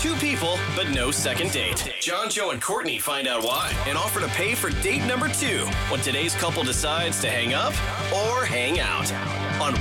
Two people, but no second date. John, Joe, and Courtney find out why and offer to pay for date number two when today's couple decides to hang up or hang out on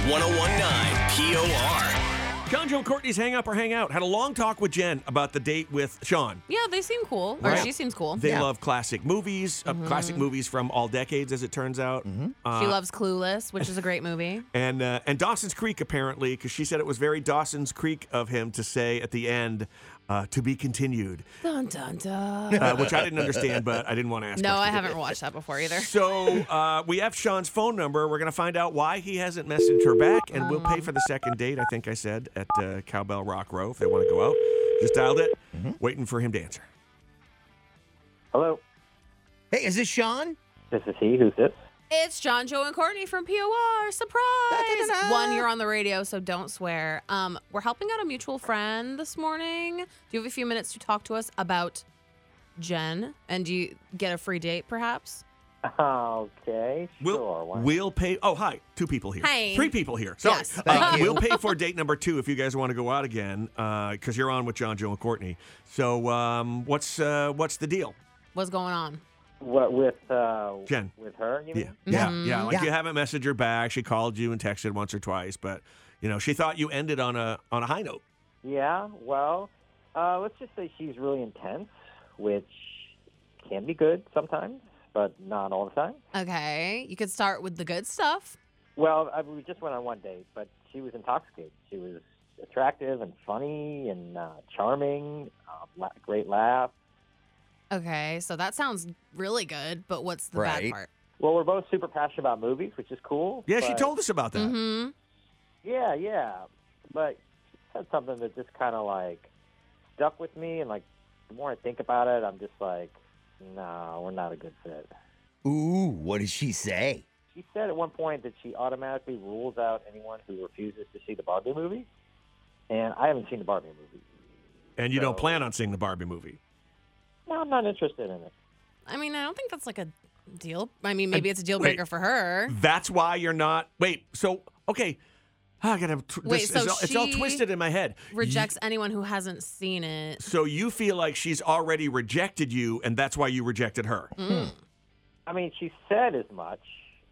1019 POR. John, Joe, and Courtney's Hang Up or Hang Out had a long talk with Jen about the date with Sean. Yeah, they seem cool. Or Right. she seems cool. They love classic movies, uh, classic Mm-hmm. movies from all decades, as it turns out. she loves Clueless, which is a great movie. And uh, and Dawson's Creek apparently, because she said it was very Dawson's Creek of him to say at the end, uh, "To be continued," Dun dun dun. uh, which I didn't understand, but I didn't want to ask. no, I questions. haven't watched that before either. So uh, we have Sean's phone number. We're going to find out why he hasn't messaged her back, and we'll pay for the second date. I think I said at uh, Cowbell Rock Row if they want to go out. Just dialed it, Mm-hmm. waiting for him to answer. Hello, Hey, is this Sean? this is he. Who's this? It's John, Joe, and Courtney from POR. Surprise! Da-da-da-da. One, you're on the radio, so don't swear. Um, we're helping out a mutual friend this morning. Do you have a few minutes to talk to us about Jen? And do you get a free date, perhaps? Okay, We'll, sure. why not? we'll pay. Oh, hi. Two people here. Hi. Three people here. Sorry. Yes. Uh, Thank you. we'll pay for date number two if you guys want to go out again, because you're on with John, Joe, and Courtney. So um, what's uh, what's the deal, What's going on? what with uh, Jen? with her? You Yeah, mean? yeah, Mhm. yeah. Like Yeah. you haven't messaged her back. She called you and texted once or twice, but you know she thought you ended on a on a high note. Yeah. Well, uh, let's just say she's really intense, which can be good sometimes, but not all the time. Okay, you could start with the good stuff. Well, I, we just went on one date, but she was intoxicated. She was attractive and funny and uh, charming, uh, la- great laugh. Okay, so that sounds really good, but what's the bad Right. part? Well, we're both super passionate about movies, which is cool. Yeah, she but- told us about that. Mm-hmm. Yeah, yeah. But she said something that just kind of like stuck with me, and like the more I think about it, I'm just like, no, we're not a good fit. Ooh, what did she say? She said at one point that she automatically rules out anyone who refuses to see the Barbie movie, and I haven't seen the Barbie movie. And you don't So- plan on seeing the Barbie movie. No, I'm not interested in it. I mean, I don't think that's like a deal. I mean, maybe it's a deal wait. breaker for her. That's why you're not. Wait. So okay. Ah, I gotta. Tw- Wait, this so is all, it's all she twisted in my head. You- Rejects anyone who hasn't seen it. So you feel like she's already rejected you, and that's why you rejected her. Mm. I mean, she said as much,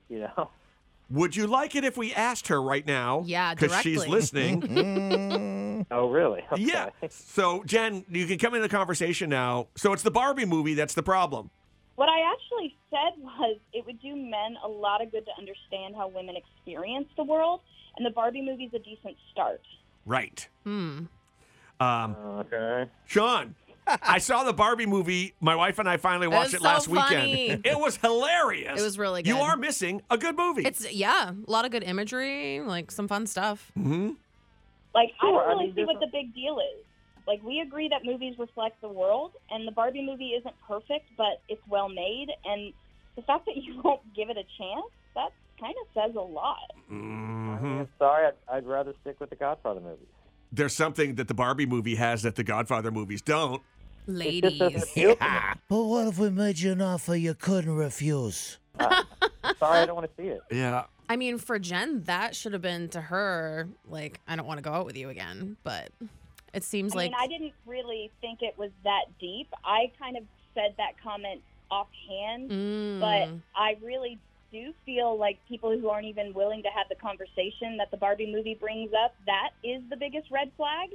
you know. Would you like it if we asked her right now? Yeah, because she's directly. listening. Mm, Oh, really? Okay. yeah. So Jen, you can come into the conversation now. So it's the Barbie movie that's the problem. What I actually said was it would do men a lot of good to understand how women experience the world, and the Barbie movie's a decent start. Right. Hmm. Um, Uh, Okay. Sean, I saw the Barbie movie. My wife and I finally That watched it is last so funny. weekend. It was hilarious. It was really You good. are missing a good movie. It's yeah, a lot of good imagery, like some fun stuff. Mhm. Like, I Sure, I don't really mean, see there's what no- the big deal is. Like, we agree that movies reflect the world, and the Barbie movie isn't perfect, but it's well made, and the fact that you won't give it a chance, that kind of says a lot. I mean, Mhm. I'm sorry, I'd, I'd rather stick with the Godfather movies. There's something that the Barbie movie has that the Godfather movies don't. Ladies. yeah. But what if we made you an offer you couldn't refuse? Sorry, I don't want to see it. Yeah. I mean, for Jen, that should have been to her, like, I don't want to go out with you again. But it seems I like mean, I didn't really think it was that deep. I kind of said that comment offhand. Mm. but I really do feel like people who aren't even willing to have the conversation that the Barbie movie brings up, that is the biggest red flag.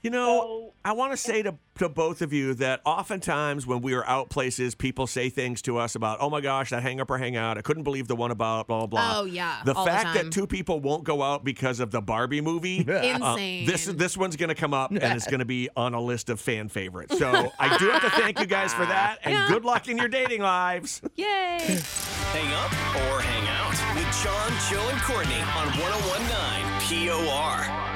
You know, So I want to say to, to both of you that oftentimes when we are out places, people say things to us about, oh my gosh, that hang up or hang out. I couldn't believe the one about blah, blah, oh yeah, the all fact the that time. two people won't go out because of the Barbie movie. uh, insane. this this one's going to come up and it's going to be on a list of fan favorites. So I do have to thank you guys for that and Yeah. good luck in your dating lives. yay. Hang up oh or hang out with John, Joe, and Courtney on 1019 POR.